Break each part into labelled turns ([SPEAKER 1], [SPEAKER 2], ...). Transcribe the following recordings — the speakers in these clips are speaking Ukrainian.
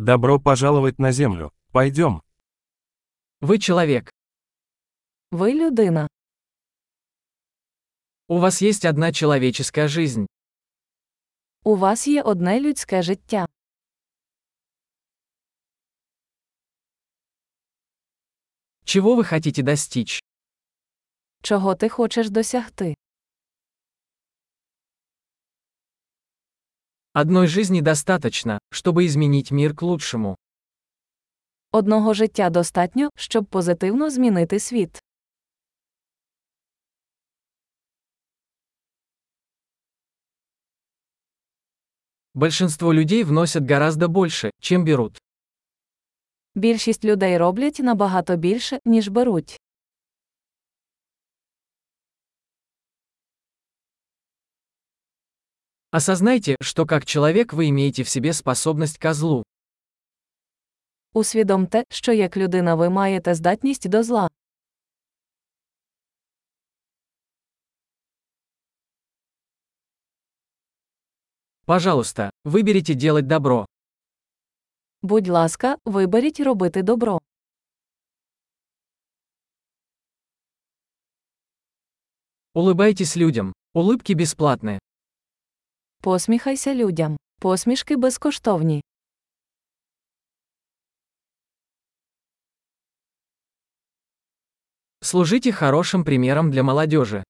[SPEAKER 1] Добро пожаловать на Землю. Пойдем.
[SPEAKER 2] Ви человек.
[SPEAKER 3] Ви людина.
[SPEAKER 2] У вас есть одна человеческая жизнь.
[SPEAKER 3] У вас є одне людське життя.
[SPEAKER 2] Чего вы хотите достичь?
[SPEAKER 3] Чого ти хочеш досягти?
[SPEAKER 2] Одной жизни достаточно, чтобы изменить мир к лучшему.
[SPEAKER 3] Одного життя достатньо, щоб позитивно змінити світ.
[SPEAKER 2] Большинство людей вносят гораздо больше, чем берут.
[SPEAKER 3] Більшість людей роблять набагато більше, ніж беруть.
[SPEAKER 2] Осознайте, что как человек вы имеете в себе способность ко злу.
[SPEAKER 3] Усвідомте, що як людина ви маєте здатність до зла.
[SPEAKER 2] Пожалуйста, выберите делать добро.
[SPEAKER 3] Будь ласка, виберіть робити добро.
[SPEAKER 2] Улыбайтесь людям. Улыбки бесплатны.
[SPEAKER 3] Посміхайся людям. Посмішки безкоштовні.
[SPEAKER 2] Служите хорошим примером для молодежи.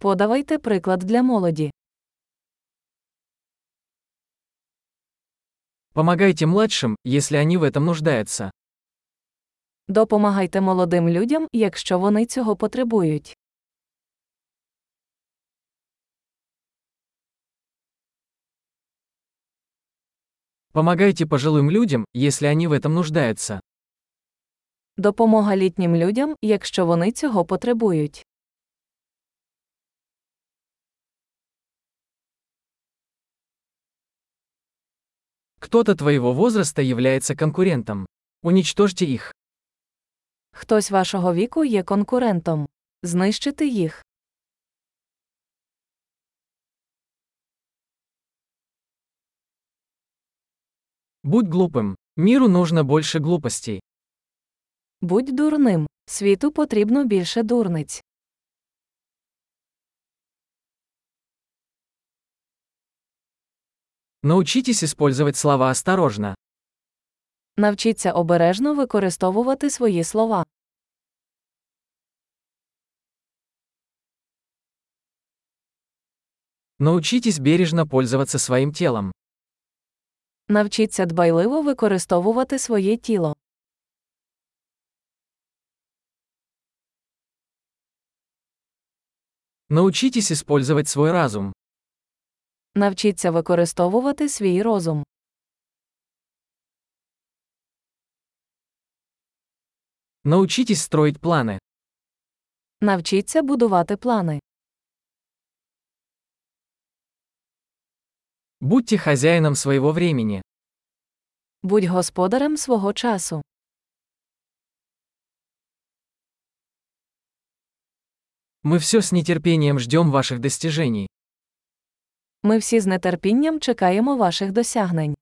[SPEAKER 3] Подавайте приклад для молоді.
[SPEAKER 2] Помогайте младшим, если они в этом нуждаются.
[SPEAKER 3] Допомагайте молодим людям, якщо вони цього потребують.
[SPEAKER 2] Помогайте пожилым людям, если они в этом нуждаются.
[SPEAKER 3] Допомога літнім людям, якщо вони цього потребують.
[SPEAKER 2] Кто-то твоего возраста является конкурентом. Уничтожьте их.
[SPEAKER 3] Хтось вашого віку є конкурентом. Знищити їх.
[SPEAKER 2] Будь глупым. Миру нужно больше глупостей.
[SPEAKER 3] Будь дурним. Світу потрібно більше дурниць.
[SPEAKER 2] Научитесь использовать слова осторожно.
[SPEAKER 3] Навчіться обережно використовувати свої слова.
[SPEAKER 2] Научитесь бережно пользоваться своим телом.
[SPEAKER 3] Навчіться дбайливо використовувати своє тіло.
[SPEAKER 2] Научитесь использовать свой разум.
[SPEAKER 3] Навчіться використовувати свій розум.
[SPEAKER 2] Научитесь строить планы.
[SPEAKER 3] Навчіться будувати плани.
[SPEAKER 2] Будьте хозяином своего времени.
[SPEAKER 3] Будь господарем свого часу.
[SPEAKER 2] Мы все с нетерпением ждем ваших достижений.
[SPEAKER 3] Ми всі з нетерпінням чекаємо ваших досягнень.